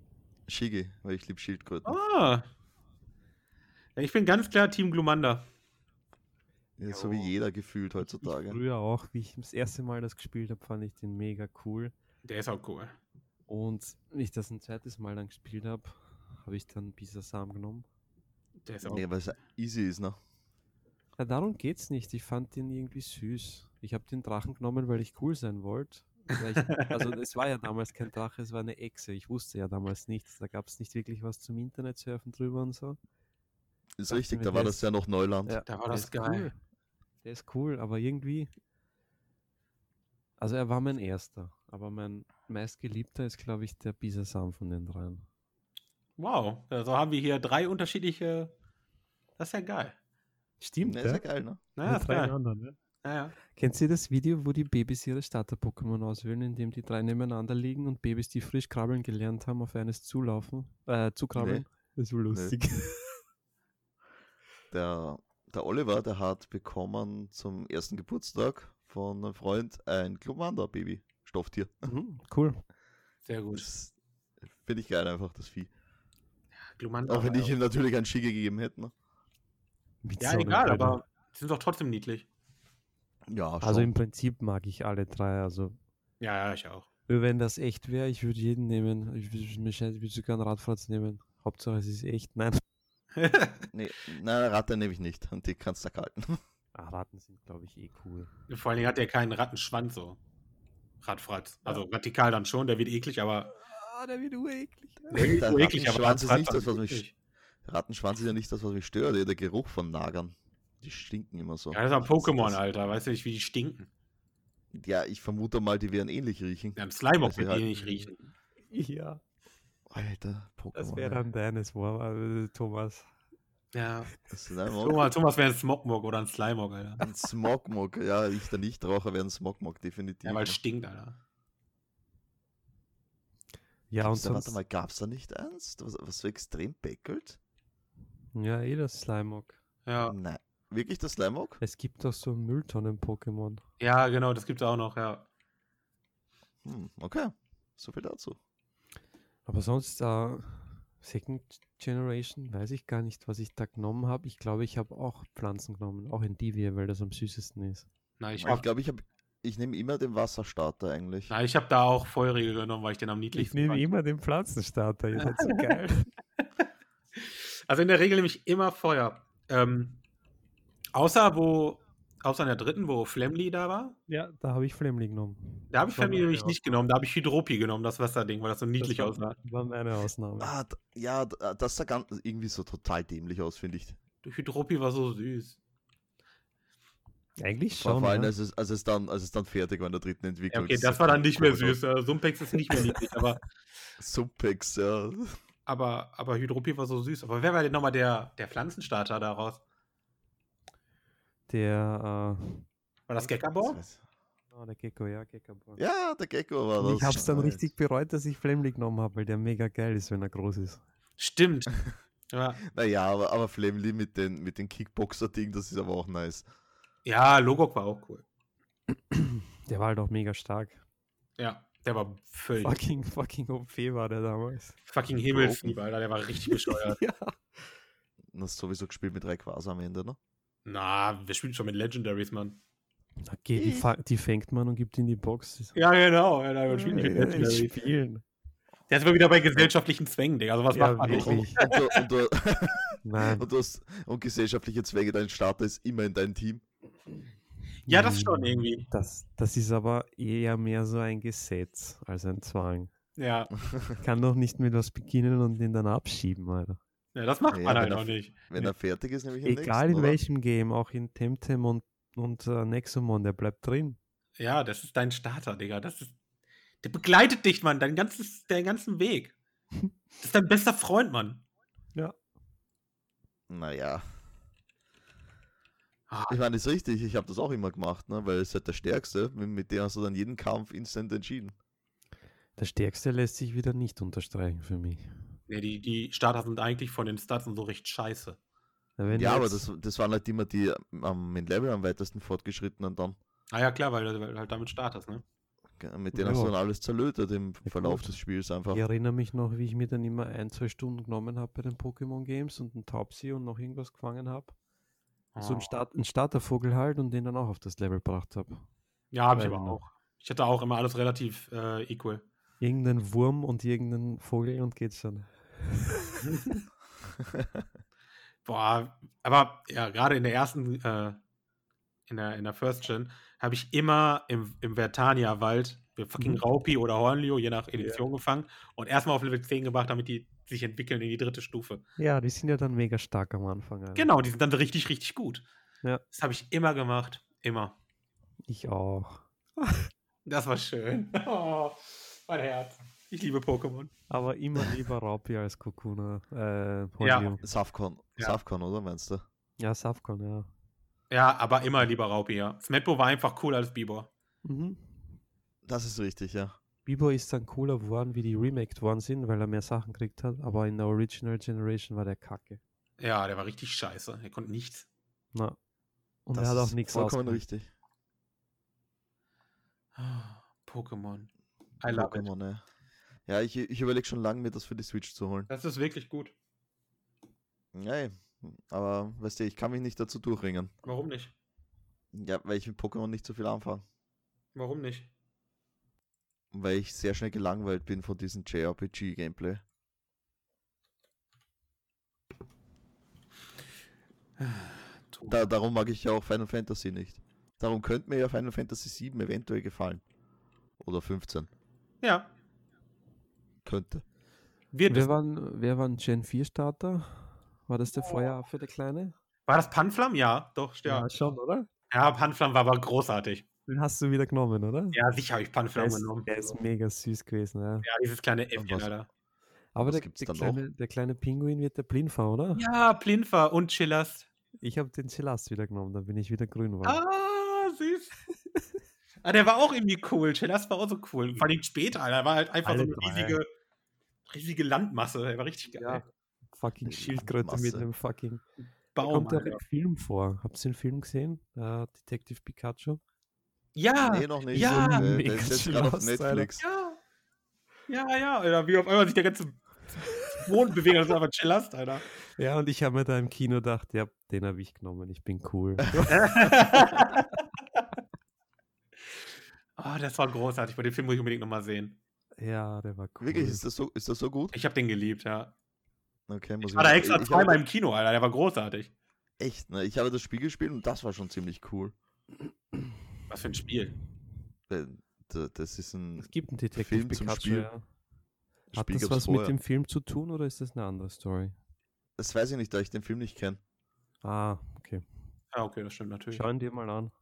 Shigi, weil ich liebe Schildkröten. Ah. Ja, ich bin ganz klar Team Glumanda. Ja, so wie jo. jeder gefühlt Ich heutzutage. früher auch, wie ich das erste Mal das gespielt habe, fand ich den mega cool. Der ist auch cool. Und wie ich das ein zweites Mal dann gespielt habe, habe ich dann Bisasam genommen. Der ist auch Nee, weil es easy ist, ne? Na, darum geht's nicht. Ich fand den irgendwie süß. Ich habe den Drachen genommen, weil ich cool sein wollte. Weil ich- Also es war ja damals kein Drache, es war eine Echse. Ich wusste ja damals nichts. Da gab es nicht wirklich was zum Internet surfen drüber und so. Ist Dachte richtig, mir, da war der das ja noch Neuland. Ja, da war der das ist geil. Cool. Der ist cool, aber irgendwie. Also er war mein erster, aber mein meistgeliebter ist, glaube ich, der Bisasam von den dreien. Wow, also haben wir hier drei unterschiedliche. Das ist ja geil. Stimmt, Nee, ja? ist ja geil, ne? Naja, mit ist drei geil. anderen, ne? Naja. Kennt ihr das Video, wo die Babys ihre Starter-Pokémon auswählen, indem die drei nebeneinander liegen und Babys, die frisch krabbeln gelernt haben, auf eines zulaufen, äh, zukrabbeln? Das ist wohl lustig. Der, der Oliver, der hat bekommen zum ersten Geburtstag von einem Freund ein Glumanda-Baby. Stofftier. Mhm, cool. Sehr gut. Das finde ich geil einfach, das Vieh. Glumanda. Auch wenn war ich ihm natürlich einen Shigi gegeben hätte, ne? Mit Ja, Sonnenbrille. egal, aber die sind doch trotzdem niedlich. Ja, schon. Also im Prinzip mag ich alle drei. Also, Ja, ja, ich auch. nur Äh, wenn das echt wäre, ich würde jeden nehmen. Ich würde mir scheiß- ich würde sogar einen Radfratz nehmen. Hauptsache, es ist echt. Nein. nee, nein, Ratte nehme ich nicht. Und die kannst du halten. Ah, Ratten sind, glaube ich, eh cool. Vor allen Dingen hat der keinen Rattenschwanz so. Radfratz. Also radikal dann schon, der wird eklig, aber. Ah, der wird ureklig. Nicht Der so eklig, aber Rattenschwanz ist nicht Rattenfratz das, was mich eklig. Rattenschwanz ist ja nicht das, was mich stört. Der Geruch von Nagern. Die stinken immer so. Ja, das ist ein Ich hasse Pokémon, das. Alter. Weißt du nicht, wie die stinken? Ja, ich vermute mal, die werden ähnlich riechen. Ja, ein Slimeock Also wird halt- die nicht riechen. Ja, Alter, Pokémon. das wäre ja. dann deines Wort, Thomas. Ja. Das ist einfach- Thomas, Thomas wäre ein Smogmog oder ein Slimeog, Alter. Ein Smogmog, ja, ich der Nichtraucher wäre ein Smogmog, definitiv. Ja, genau. weil es stinkt, Alter. Ja, und Gab's da, warte sonst, mal, gab es da nicht eins, was, was so extrem bäckelt? Ja, eh das Slimeock. Ja. Nein. Wirklich das Slimog? Es gibt doch so Mülltonnen-Pokémon. Ja, genau, das gibt's auch noch, ja. Hm, okay. So viel dazu. Aber sonst, äh, Second Generation, weiß ich gar nicht, was ich da genommen habe. Ich glaube, ich habe auch Pflanzen genommen, auch Endivia, weil das am süßesten ist. Na, ich Ich glaube, hab, ich, glaub, ich, hab- ich nehme immer den Wasserstarter eigentlich. na, ich hab da auch Feurige genommen, weil ich den am niedlichsten fand. immer den Pflanzenstarter, ihr seid so geil. Also in der Regel nehme ich immer Feuer. Ähm, außer wo, außer in der dritten, wo Flemly da war. Ja, da habe ich Flemli genommen. Da habe ich Das war Flemly meine nämlich nicht genommen, da habe ich Hydropi genommen, das Wasserding, weil das so Ausnahme. niedlich Das aussah. war, war meine Ausnahme. Ah, d- ja, d- ah, das sah ganz irgendwie so total dämlich aus, finde ich. Hydropi war so süß. Eigentlich Vor, schon. vor allem, Ja. als es, als, es dann, als es dann fertig war in der dritten Ja, Entwicklung. okay, das war dann nicht mehr komisch aus. süß. äh, Sumpex ist nicht mehr niedlich, aber, Sumpex, ja. aber, aber Hydropi war so süß. Aber wer war denn nochmal der, der Pflanzenstarter daraus? Der, War das Gekabor? äh, oh, der Gecko, ja, Gekabor. Ja, der Gecko war Und das. ich habe es dann Nice. richtig bereut, dass ich Flemli genommen habe, weil der mega geil ist, wenn er groß ist. Stimmt. Ja, Naja, aber, aber Flamely mit den, mit den Kickboxer-Ding, das ist aber auch nice. ja Logok war auch cool. Der war halt auch mega stark. Ja, der war völlig Fucking, fucking OP war der damals. fucking Himmelfieber, Alter, der war richtig bescheuert. Ja. Du hast sowieso gespielt mit Rayquaza am Ende, ne? Na, wir spielen schon mit Legendaries, Mann. Okay, die, fa- die fängt man und gibt in die Box. Das- Ja, genau. Ja, wir spielen nicht mit Äh, Legendaries. nicht spielen. Der ist immer wieder bei gesellschaftlichen Zwängen, Digga. Also was Ja, macht man nicht? Und, wirklich. und, du, und, du, Nein. und, du hast, und gesellschaftliche Zwänge, dein Starter ist immer in deinem Team. Ja, das schon irgendwie. Das, das ist aber eher mehr so ein Gesetz als ein Zwang. Ja, Ich kann doch nicht mit was beginnen und den dann abschieben, Alter. ja das macht Ja, man halt wenn er- auch nicht. Wenn er fertig ist, nämlich im Egal nächsten, in oder? welchem Game, auch in Temtem und, und äh, Nexomon, der bleibt drin. Ja, das ist dein Starter, Digga. Das ist, der begleitet dich, Mann, dein ganzes, deinen ganzen Weg. Das ist dein bester Freund, Mann. Naja. Ah, Ich meine, das ist richtig, ich habe das auch immer gemacht, ne? Weil es ist halt der Stärkste, mit, mit dem hast du dann jeden Kampf instant entschieden. Der Stärkste lässt sich wieder nicht unterstreichen für mich. Nee, die, die Starter sind eigentlich von den Stats und so recht scheiße. Na, wenn ja, du aber jetzt- das, das waren halt immer die am im Level am weitesten fortgeschrittenen dann. Ah ja, klar, weil du weil du halt damit startest, ne? Ge- Mit denen hast du Ja. dann alles zerlötet im Ja, Verlauf gut. des Spiels einfach. Ich erinnere mich noch, wie ich mir dann immer ein, zwei Stunden genommen habe bei den Pokémon Games und einen Taubsi und noch irgendwas gefangen habe. Ah. So einen, Oh. Start, einen Startervogel halt und den dann auch auf das Level gebracht habe. Ja, habe ich Weiß aber ich noch. auch. Ich hatte auch immer alles relativ äh, equal. Irgendeinen Wurm und irgendeinen Vogel und geht's dann. Boah, aber ja, gerade in der ersten, äh, in der, in der First Gen, habe ich immer im, im Vertania-Wald mir fucking Mhm. Raupi oder Hornlio, je nach Edition, gefangen und erstmal auf Level 10 gebracht, damit die sich entwickeln in die dritte Stufe. Ja, die sind ja dann mega stark am Anfang. Alter. Genau, die sind dann richtig, richtig gut. Ja. Das habe ich immer gemacht. Immer. Ich auch. Das war schön. Oh, mein Herz. Ich liebe Pokémon. Aber immer lieber Raupi als Kokuna. Äh, Ja. Hornio. Safcon, Ja. Safcon, oder meinst du? ja, Safkon, ja. Ja, aber immer lieber Raupi, ja. Smetbo war einfach cooler als Bibor. Mhm. Das ist richtig, ja. Bibor ist dann cooler geworden, wie die remaked worden sind, weil er mehr Sachen gekriegt hat, aber in der Original Generation war der kacke. Ja, der war richtig scheiße. Er konnte nichts. Na. Und das er hat auch ist nichts Vollkommen ausgemacht. richtig. Ah, Pokémon. I love it. Pokémon, ja. Ja, ich, ich überlege schon lange, mir das für die Switch zu holen. Das ist wirklich gut. Nee, aber weißt du, ich kann mich nicht dazu durchringen. Warum nicht? Ja, weil ich mit Pokémon nicht so viel anfange. Warum nicht? Und Weil ich sehr schnell gelangweilt bin von diesem JRPG-Gameplay. Da, darum mag ich ja auch Final Fantasy nicht. Darum könnte mir ja Final Fantasy 7 eventuell gefallen. Oder 15. Ja, Könnte. wird es. Wer war, ein- wer war ein Gen 4 Starter? War das der Feueraffe, der Kleine? War das Panflam? Ja, doch, ja. schon, oder? Ja, Panflam war aber großartig. Den hast du wieder genommen, oder? Ja, sicher habe ich der Panflam ist, genommen. der ist mega süß gewesen, ja. Ja, dieses kleine Äffchen, was- Alter. Aber Was der, gibt's der, da noch? kleine, der kleine Pinguin wird der Blinfer, oder? Ja, Plinfer und Chillast. Ich habe den Celast wieder genommen, dann bin ich wieder grün geworden. Ah, süß. ah, der war auch irgendwie cool. Chillast war auch so cool. Vor allem später, Alter. Er war halt einfach Alle so eine drei. riesige, riesige Landmasse. Der war richtig geil. Ja. Fucking Die Schildkröte mit Masse. einem fucking Baum. kommt auch Alter. im Film vor. Habt ihr den Film gesehen? Äh, Detective Pikachu? Ja, nee, noch nicht. Ah, ja, äh, mega der ist jetzt schön gerade auf aus, Alter. Netflix. ja. Ja, ja, Alter. Wie auf einmal sich der ganze Boden bewegt. Das war einfach Chillast, Alter. Ja, und ich habe mir da im Kino gedacht, ja, den habe ich genommen, ich bin cool. Ah, das war großartig. Bei dem Film muss ich unbedingt nochmal sehen. ja, der war cool. Wirklich, ist das, so, ist das so gut? Ich habe den geliebt, ja. Okay, muss Ich war da mal- extra ich zweimal habe, im Kino, Alter. Der war großartig. Echt, ne? Ich habe das Spiel gespielt und das war schon ziemlich cool. Was für ein Spiel. Äh, d- Das ist ein es gibt einen Detective Film zum Pikachu, Spiel. ja. Hat Spiel das gab's was vorher. mit dem Film zu tun oder ist das eine andere Story? Das weiß ich nicht, da ich den Film nicht kenne. Ah, okay. Ja, okay, das stimmt natürlich. Schau ihn dir mal an.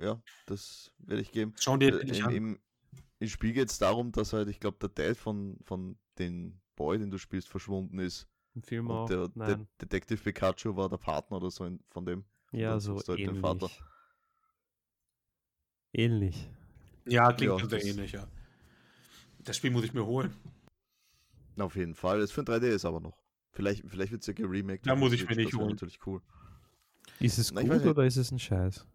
Ja, das werde ich geben. Schau Äh, dir den nicht Im, an. im, Im Spiel geht es darum, dass halt, ich glaube, der Dad von, von den Boy, den du spielst, verschwunden ist. Im Film Und auch. der, der Nein. Detective Pikachu war der Partner oder so in, von dem. ja, dann so suchst du halt den ähnlich. Vater. Ähnlich. Ja, klingt Ja, sehr das- ähnlich, ja. Das Spiel muss ich mir holen. Na, auf jeden Fall. Ist für ein 3DS aber noch. Vielleicht, vielleicht wird es ja geremaked. Da auf muss der ich mir Switch, nicht das wär holen. natürlich cool. Ist es Na, ich weiß gut nicht. oder ist es ein Scheiß?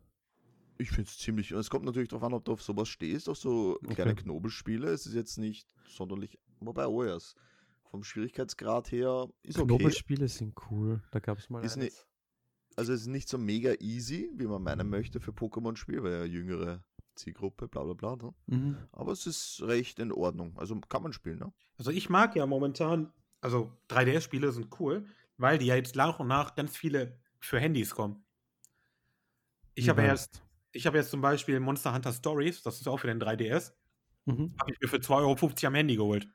Ich finde es ziemlich. Es kommt natürlich darauf an, ob du auf sowas stehst, auf so kleine Okay. Knobelspiele. Es ist jetzt nicht sonderlich. Wobei, oh ja, es- vom Schwierigkeitsgrad her ist okay. Knobelspiele sind cool. Da gab es mal Ist ne- eines. Also es ist nicht so mega easy, wie man Mhm. meinen möchte für Pokémon-Spiel, weil ja jüngere Zielgruppe, bla bla bla. Ne? Mhm. Aber es ist recht in Ordnung. Also kann man spielen, ne? Also ich mag ja momentan, also 3DS-Spiele sind cool, weil die ja jetzt nach und nach ganz viele für Handys kommen. Ich Wie habe ja jetzt, meinst? ich habe jetzt zum Beispiel Monster Hunter Stories, das ist auch für den 3DS, Mhm. habe ich mir für 2,50 Euro am Handy geholt.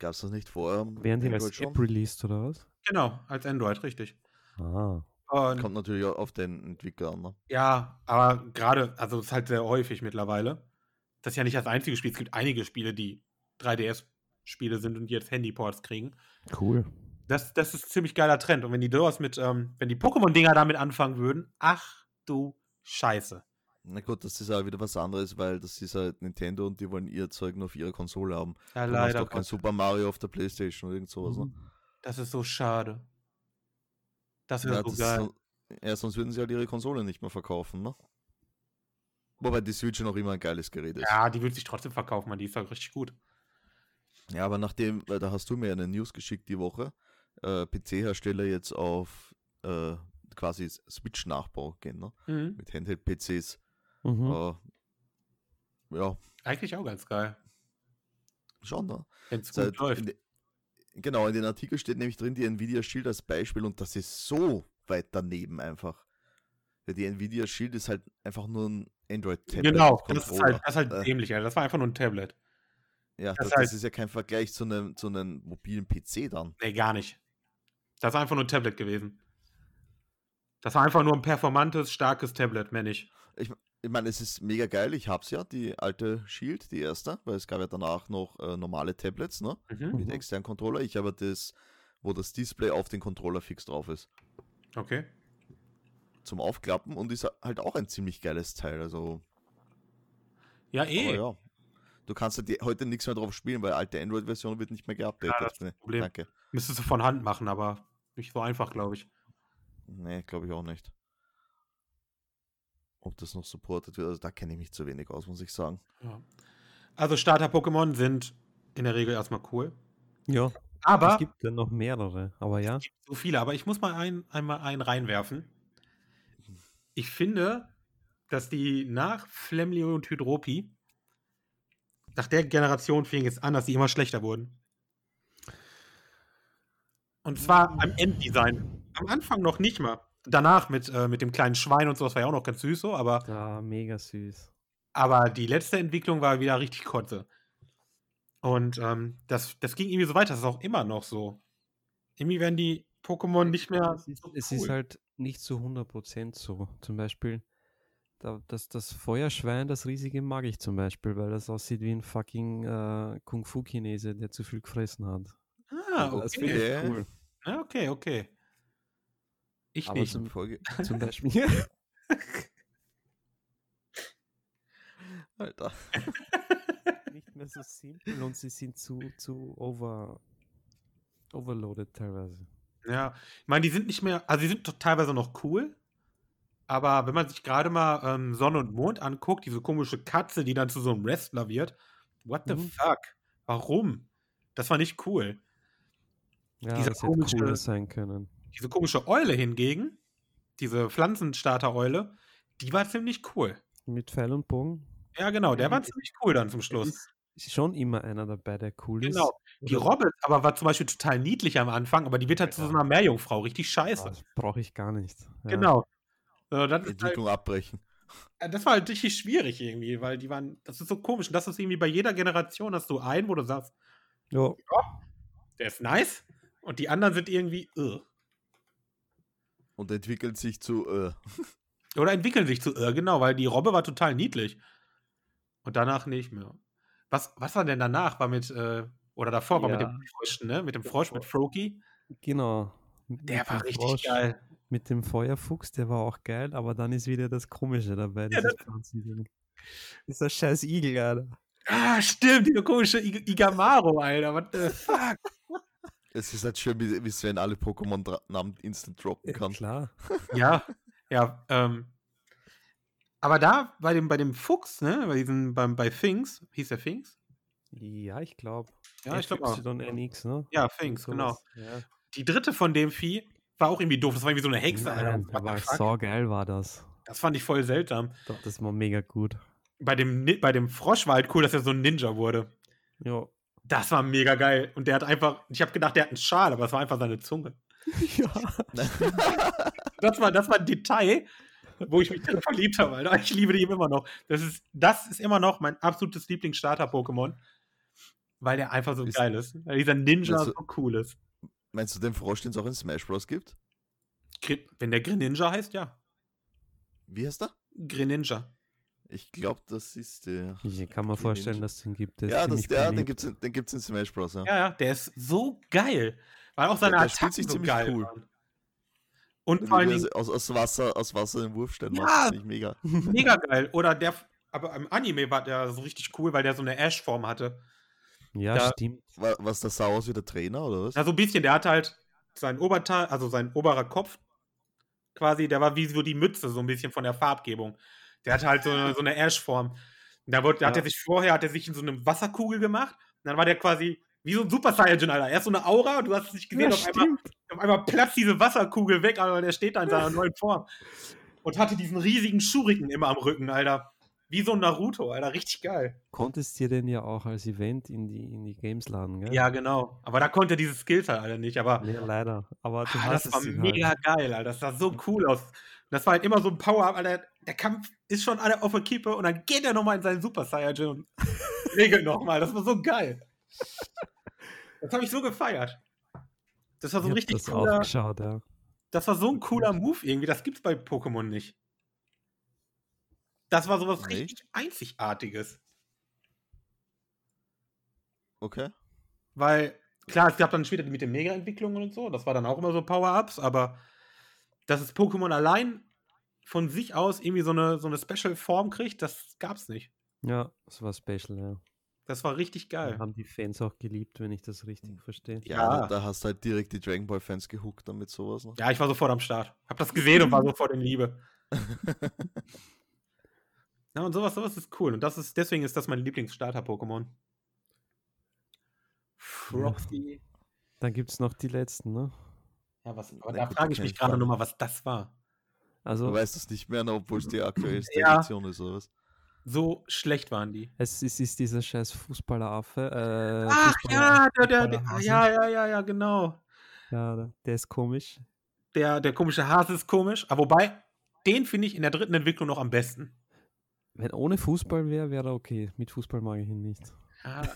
Gab es das nicht vorher? am Wären die Android als App released oder was? Genau, als Android, richtig. Ah. Und Kommt natürlich auch auf den Entwickler an, ne? Ja, aber gerade, also es ist halt sehr häufig mittlerweile. Das ist ja nicht das einzige Spiel. Es gibt einige Spiele, die 3DS-Spiele sind und jetzt Handyports kriegen. Cool. Das, das ist ein ziemlich geiler Trend. Und wenn die sowas mit, ähm, wenn die Pokémon-Dinger damit anfangen würden, ach du Scheiße. Na gut, das ist auch wieder was anderes, weil das ist halt Nintendo und die wollen ihr Zeug nur auf ihrer Konsole haben. Ja, Du hast leider. Mhm, doch kein Gott. Super Mario auf der Playstation oder irgend sowas. Ne? Das ist so schade. Das wäre Ja, so das geil. ist so- ja, sonst würden sie halt ihre Konsole nicht mehr verkaufen, ne? Wobei die Switch noch immer ein geiles Gerät ist. ja, die wird sich trotzdem verkaufen, man. Die ist doch richtig gut. Ja, aber nachdem, weil da hast du mir eine News geschickt die Woche, äh, PC-Hersteller jetzt auf äh, quasi S- Switch-Nachbau gehen, ne? Mhm. Mit Handheld-PCs. Mhm. Äh, ja, Eigentlich auch ganz geil. schon, ne? Wenn es Seit- gut läuft. in de- genau, in den Artikel steht nämlich drin, die Nvidia Shield als Beispiel und das ist so weit daneben einfach. Weil die Nvidia Shield ist halt einfach nur ein Android-Tablet. Genau, mit das ist Controller. halt, das ist halt Äh, dämlich, Alter. Das war einfach nur ein Tablet. Ja, das das, ist das, halt- ist ja kein Vergleich zu einem, zu einem mobilen PC dann. Nee, gar nicht. Das ist einfach nur ein Tablet gewesen. Das war einfach nur ein performantes, starkes Tablet, mehr nicht. Ich meine, es ist mega geil. Ich hab's ja, die alte Shield, die erste, weil es gab ja danach noch äh, normale Tablets, ne? Mhm. Mit Mhm. externen Controller. Ich habe das, wo das Display auf den Controller fix drauf ist. Okay. Zum Aufklappen und ist halt auch ein ziemlich geiles Teil. Also, Ja, aber eh. ja. Du kannst halt die- heute nichts mehr drauf spielen, weil alte Android-Version wird nicht mehr geupdatet. Ja, das ist Nee, das Problem. Danke. Müsstest du von Hand machen, aber nicht so einfach, glaube ich. Nee, glaube ich auch nicht. Ob das noch supportet wird, also da kenne ich mich zu wenig aus, muss ich sagen. Ja. Also Starter-Pokémon sind in der Regel erstmal cool. Ja, Aber es gibt ja noch mehrere, aber ja. gibt so viele, aber ich muss mal ein, einmal einen reinwerfen. Ich finde, dass die nach Flemlio und Hydropi, nach der Generation fing es an, dass die immer schlechter wurden. Und zwar am Enddesign. Am Anfang noch nicht mal. Danach mit, äh, mit dem kleinen Schwein und so, das war ja auch noch ganz süß so, aber, Da, mega süß. aber die letzte Entwicklung war wieder richtig kotze. Und ähm, das, das ging irgendwie so weiter, das ist auch immer noch so. Irgendwie werden die Pokémon nicht mehr. Es ist, so es ist cool. halt nicht zu 100% so. Zum Beispiel, da, das, das Feuerschwein, das riesige, mag ich zum Beispiel, weil das aussieht wie ein fucking äh, Kung-Fu-Chinese, der zu viel gefressen hat. Also Ah, Das finde okay. ich cool. Ah, okay, okay. Ich Aber nicht. zum, Folge. zum Beispiel. Alter. nicht mehr so simpel und sie sind zu, zu over, overloaded teilweise. Ja, ich meine, die sind nicht mehr, also die sind doch teilweise noch cool, aber wenn man sich gerade mal ähm, Sonne und Mond anguckt, diese komische Katze, die dann zu so einem Wrestler wird, what the Mhm. fuck? Warum? Das war nicht cool. Ja, Dieser das hätte cooler komische- sein können. Diese komische Eule hingegen, diese Pflanzenstarter-Eule, die war ziemlich cool. Mit Pfeil und Bogen Ja, genau, der Ja, war die- ziemlich cool dann zum Schluss. ist, ist schon immer einer dabei, der cool ist. Genau. Die Oder- Robin aber war zum Beispiel total niedlich am Anfang, aber die wird halt zu so einer Meerjungfrau, richtig scheiße. Ah, Das brauche ich gar nicht. Genau. Ja. Genau. So, das, ist halt, Entwicklung abbrechen. das war halt richtig schwierig irgendwie, weil die waren, das ist so komisch. Und das ist irgendwie bei jeder Generation, hast du einen, wo du sagst, Ja, der ist nice und die anderen sind irgendwie, irr. Und entwickelt sich zu. Äh, Oder entwickeln sich zu irr, genau, weil die Robbe war total niedlich. Und danach nicht mehr. Was, was war denn danach? War mit, äh, oder davor war mit Ja. dem Frosch, ne? Mit dem Frosch, mit Froki. genau. Mit Der dem war richtig Frosch, geil. Mit dem Feuerfuchs, der war auch geil, aber dann ist wieder das Komische dabei. Ja, dieses Pflanzending. Ist das scheiß Igel, Alter. Ah, stimmt, diese komische I Igamaro, Alter. What the fuck? es ist halt schön, wie, wie Sven alle Pokémon-Namen instant droppen Ja, kann. klar. Ja, ja. Ähm, aber da bei dem, bei dem Fuchs, ne, bei diesem, beim, bei Finks, hieß der Finks? Ja, ich glaube. Ja, ich glaube. NX, ne? Ja, Finks, Sowas. genau. Ja. Die dritte von dem Vieh war auch irgendwie doof. Das war irgendwie so eine Hexe, Alter. Nein, What aber the fuck? so geil war das. Das fand ich voll seltsam. Doch, das war mega gut. Bei dem, Ni- bei dem Frosch war halt cool, dass er so ein Ninja wurde. Ja. Das war mega geil. Und der hat einfach, ich habe gedacht, der hat einen Schal, aber das war einfach seine Zunge. ja. Das war, das war ein Detail, wo ich mich drin verliebt habe, Alter. Ich liebe die immer noch. Das ist, das ist immer noch mein absolutes Lieblingsstarter-Pokémon. Weil der einfach so Ist- geil ist. Weil dieser Ninja Also- so cool ist. Meinst du den Frosch, den es auch in Smash Bros. gibt? Gri- Wenn der Greninja heißt, ja. Wie heißt er? Greninja. Ich glaube, das ist der. Ich kann mir vorstellen, dass es den gibt. Der ist ja, das, ziemlich der, den beliebt. gibt es den gibt's in Smash Bros. Ja. Ja, ja, der ist so geil. Weil auch seine Der- der spielt Attacken sich so ziemlich geil cool. waren. Und Wenn vor du allen dir Dingen aus, aus Wasser, aus Wasser den Wurfstein Ja. machst, finde ich mega. mega geil. Oder der, aber im Anime war der so richtig cool, weil der so eine Ash-Form hatte. Ja, Ja. stimmt. Wa- Was, der Sau aus wie der Trainer, oder was? Ja, so ein bisschen, der hatte halt sein Oberteil, also sein oberer Kopf quasi, der war wie so die Mütze, so ein bisschen von der Farbgebung. Der hatte halt so eine, so eine Ash-Form. Und Da, wurde, da hat Ja. er sich vorher, hat er sich in so eine Wasserkugel gemacht und dann war der quasi wie so ein Super Saiyajin, Alter. Erst so eine Aura und du hast es nicht gesehen, Ja, auf, einmal, stimmt. auf einmal platzt diese Wasserkugel weg, aber der steht da in seiner neuen Form. Und hatte diesen riesigen Schuriken immer am Rücken, Alter. Wie so ein Naruto, Alter. Richtig geil. Konntest dir den ja auch als Event in die, in die Games laden, gell? Ja, genau. Aber da konnte diese Skills halt alle nicht. Aber Ja, leider. Aber du ah, das hast es war ihn mega Halt. geil, Alter. Das sah so cool aus. Das war halt immer so ein Power-Up, Alter. Der Kampf ist schon alle auf der Kippe und dann geht er nochmal in seinen Super Saiyajin und regelt nochmal. Das war so geil. Das habe ich so gefeiert. Das war so ein Ich hab richtig das cooler. aufgeschaut, ja. Das war so ein cooler Move irgendwie. Das gibt's bei Pokémon nicht. Das war sowas Nicht? richtig Einzigartiges. Okay. Weil, klar, es gab dann später mit den Mega-Entwicklungen und so, das war dann auch immer so Power-Ups, aber dass es Pokémon allein von sich aus irgendwie so eine, so eine Special-Form kriegt, das gab's nicht. Ja, das war special, ja. Das war richtig geil. Haben die Fans auch geliebt, wenn ich das Hm. richtig verstehe. Ja, Ja. Da, da hast du halt direkt die Dragon Ball Fans gehuckt damit sowas. Ne? Ja, ich war sofort am Start. Hab das gesehen und war sofort in Liebe. Ja, und sowas, sowas ist cool. Und das ist, deswegen ist das mein Lieblingsstarter-Pokémon. Frosty. Dann gibt es noch die letzten, ne? Ja, was, aber Na da gut, frage ich kenn mich ich gerade gar nochmal, was das war. Du Also, weißt es nicht mehr, obwohl es die aktuellste Ja. Edition ist, oder was? So schlecht waren die. es ist, ist dieser scheiß Fußballeraffe. Äh, Ach Fußballer- ja, der, der, der, Fußballerhase. ja, ja, ja, ja, genau. ja. Der, der ist komisch. Der, der komische Hase ist komisch. Aber wobei, den finde ich in der dritten Entwicklung noch am besten. Wenn ohne Fußball wäre, wäre er okay. Mit Fußball mag ich ihn nicht. Ja. Ah.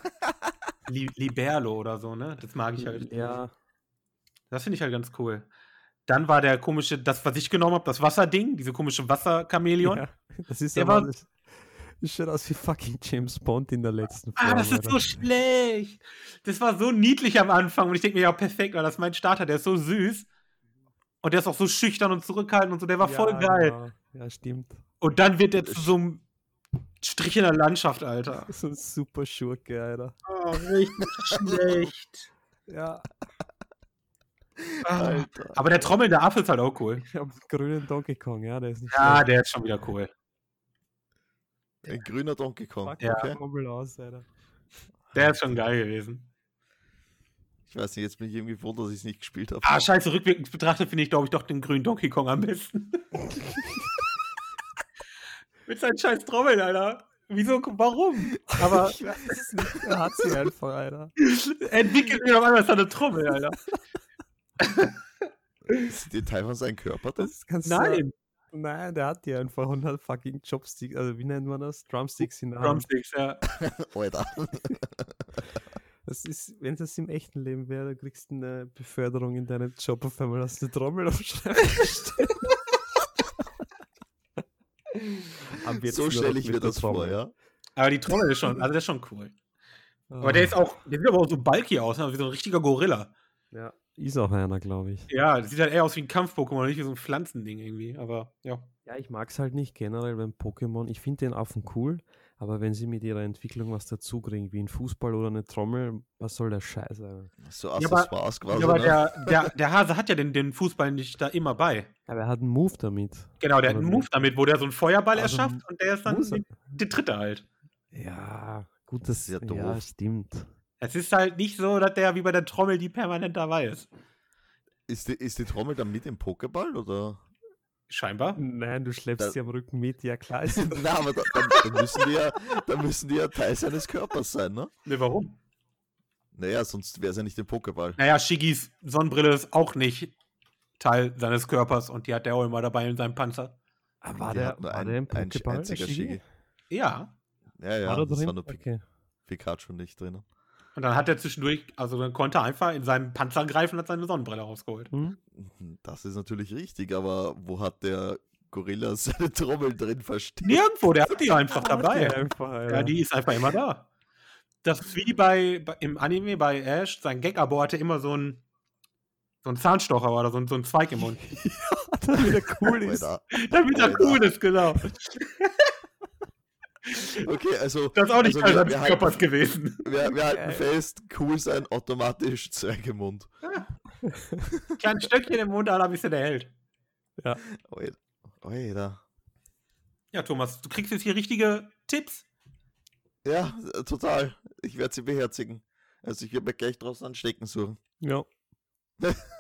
Li Liberlo oder so, ne? Das mag ich halt. Ja, Das finde ich halt ganz cool. Dann war der komische, das, was ich genommen habe, das Wasserding, diese komische Wasserchamäleon. ja. Das ist Der aber war- alles. Das schaut aus wie fucking James Bond in der letzten Folge. Ah, das ist so schlecht. Das war so niedlich am Anfang. Und ich denke mir, ja, perfekt, weil das ist mein Starter, der ist so süß. Und der ist auch so schüchtern und zurückhaltend und so, der war voll geil. genau. Ja, stimmt. Und dann wird er zu so einem Strich in der Landschaft, Alter. So ein super Schurke, Alter. Oh, richtig schlecht. Ja, Ah. Alter. Aber der trommelnde Affe ist halt auch cool. ich habe einen grünen Donkey Kong, ja, der ist nicht Ja, schlecht. der ist schon wieder cool. Ein grüner Donkey Kong. Fuck, der Okay. Trommel aus, Alter. Der ist schon geil gewesen. Ich weiß nicht, jetzt bin ich irgendwie froh, dass ich es nicht gespielt habe. Ah, scheiße, rückwirkend betrachtet finde ich, glaube ich, doch den grünen Donkey Kong am besten. Mit seinen scheiß Trommeln, Alter. Wieso, warum? Aber Ich weiß es nicht. Er hat sie einfach, Alter. entwickelt sich auf einmal seine Trommel, Alter. Ist die Teil von seinem Körper das? Das kannst Nein, Du, nein, der hat die einfach 100 fucking Chopsticks, also wie nennt man das? Drumsticks in der Hand. Drumsticks, ja. Alter. Das ist, wenn das im echten Leben wäre, du kriegst eine Beförderung in deinem Job auf einmal hast du eine Trommel auf dem Schreibtisch stehen. Am So besten stelle noch ich mit mir der das vor, Trommel. ja. Aber die Trommel ist schon, also der ist schon cool. Aber der ist auch, der sieht aber auch so bulky aus, ne? wie so ein richtiger Gorilla. Ja, ist auch einer, glaube ich. Ja, das sieht halt eher aus wie ein Kampf-Pokémon, nicht wie so ein Pflanzending irgendwie, aber ja. Ja, ich mag es halt nicht generell beim Pokémon. Ich finde den Affen cool, aber wenn sie mit ihrer Entwicklung was dazu kriegen, wie ein Fußball oder eine Trommel, was soll der Scheiß sein? So Ja, aber- Accessoires quasi. ja, aber ne? der, der, der Hase hat ja den, den Fußball nicht da immer bei. Aber er hat einen Move damit. Genau, der hat einen Aber Move damit, wo der so einen Feuerball Also erschafft und der ist dann muss er- die- der dritte halt. Ja, gut, das ist ja ja doof. Ja, stimmt. Es ist halt nicht so, dass der wie bei der Trommel, die permanent dabei ist. Ist, die, ist die Trommel dann mit im Pokéball oder? Scheinbar. Nein, du schleppst Da- sie am Rücken mit, ja klar. Ist Na, aber da, dann, dann, müssen die ja, dann müssen die ja Teil seines Körpers sein, ne? Ne, warum? Naja, sonst wäre es ja nicht im Pokéball. Naja, Shigis Sonnenbrille ist auch nicht Teil seines Körpers und die hat der auch immer dabei in seinem Panzer. Ah, war Die der, hat nur war ein- der im ein Pokéball? einziger Shigi. Ja. Ja, ja, War der das drin? war nur Pi- okay. Pikachu nicht drin. Und dann hat er zwischendurch, also dann konnte er einfach in seinem Panzer greifen und hat seine Sonnenbrille rausgeholt. Hm? Das ist natürlich richtig, aber wo hat der Gorilla seine Trommel drin versteckt? Nirgendwo, der hat die einfach Ja, dabei. einfach, Alter. Ja, die ist einfach immer da. Das ist wie bei, bei im Anime bei Ash, sein Gag-Abo hatte immer so ein So ein Zahnstocher oder so ein, so ein Zweig im Mund. Damit er cool ist. Alter. Damit er Alter. cool ist, genau. Okay, also Das ist auch nicht Also Teil wir- seines wir halten- Körpers gewesen. wir, wir halten Geil. fest, cool sein automatisch Zweig im Mund. Klein Stöckchen im Mund, aber ein bisschen der Held. Alter. Alter. Ja, Thomas, du kriegst jetzt hier richtige Tipps. Ja, äh, total. Ich werde sie beherzigen. Also ich werde mir gleich draußen einen Stecken suchen. Ja.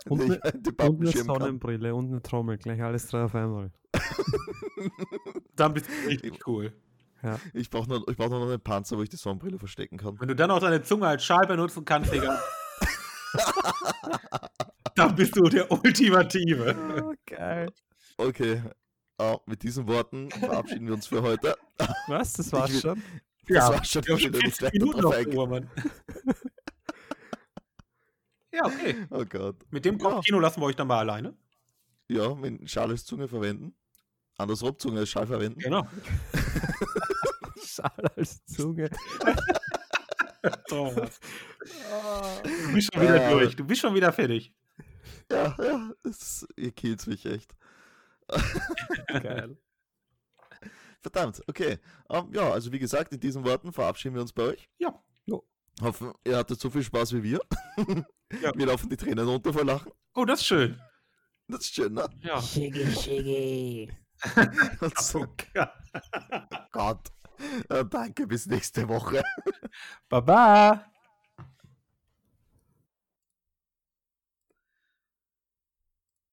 Und Ich eine, werd die und eine Pappenschirm kann. Sonnenbrille und eine Trommel. Gleich alles drei auf einmal. Dann bist du richtig cool. Ich brauche noch, ich brauch noch einen Panzer, wo ich die Sonnenbrille verstecken kann. Wenn du dann auch deine Zunge als Schal benutzen kannst, Digga. dann bist du der Ultimative. Oh, geil. Okay. Ah, mit diesen Worten verabschieden wir uns für heute. Was? Das war's Ich will- schon? Das Ja, war schon Wir haben schon wieder nicht 40 weiter Minuten auf drauf der Uhr, Mann. ja, okay. Oh Gott. Mit dem Ja. Kopfkino lassen wir euch dann mal alleine. Ja, mit Schales Zunge verwenden. Andersrum Zunge als Schal verwenden. Genau. Schal als Zunge. Thomas. Du bist schon wieder Ja. durch. Du bist schon wieder fertig. Ja, ja, es, ihr killt mich echt. Geil. Verdammt, okay. Ähm, ja, also wie gesagt, in diesen Worten verabschieden wir uns bei euch. Ja. Jo. Hoffen, ihr hattet so viel Spaß wie wir. Ja. Wir laufen die Tränen runter vor Lachen. Oh, das ist schön. Das ist schön, ne? Ja. Shiggy, shiggy. Und so, Oh Gott. Äh, danke, bis nächste Woche. Baba.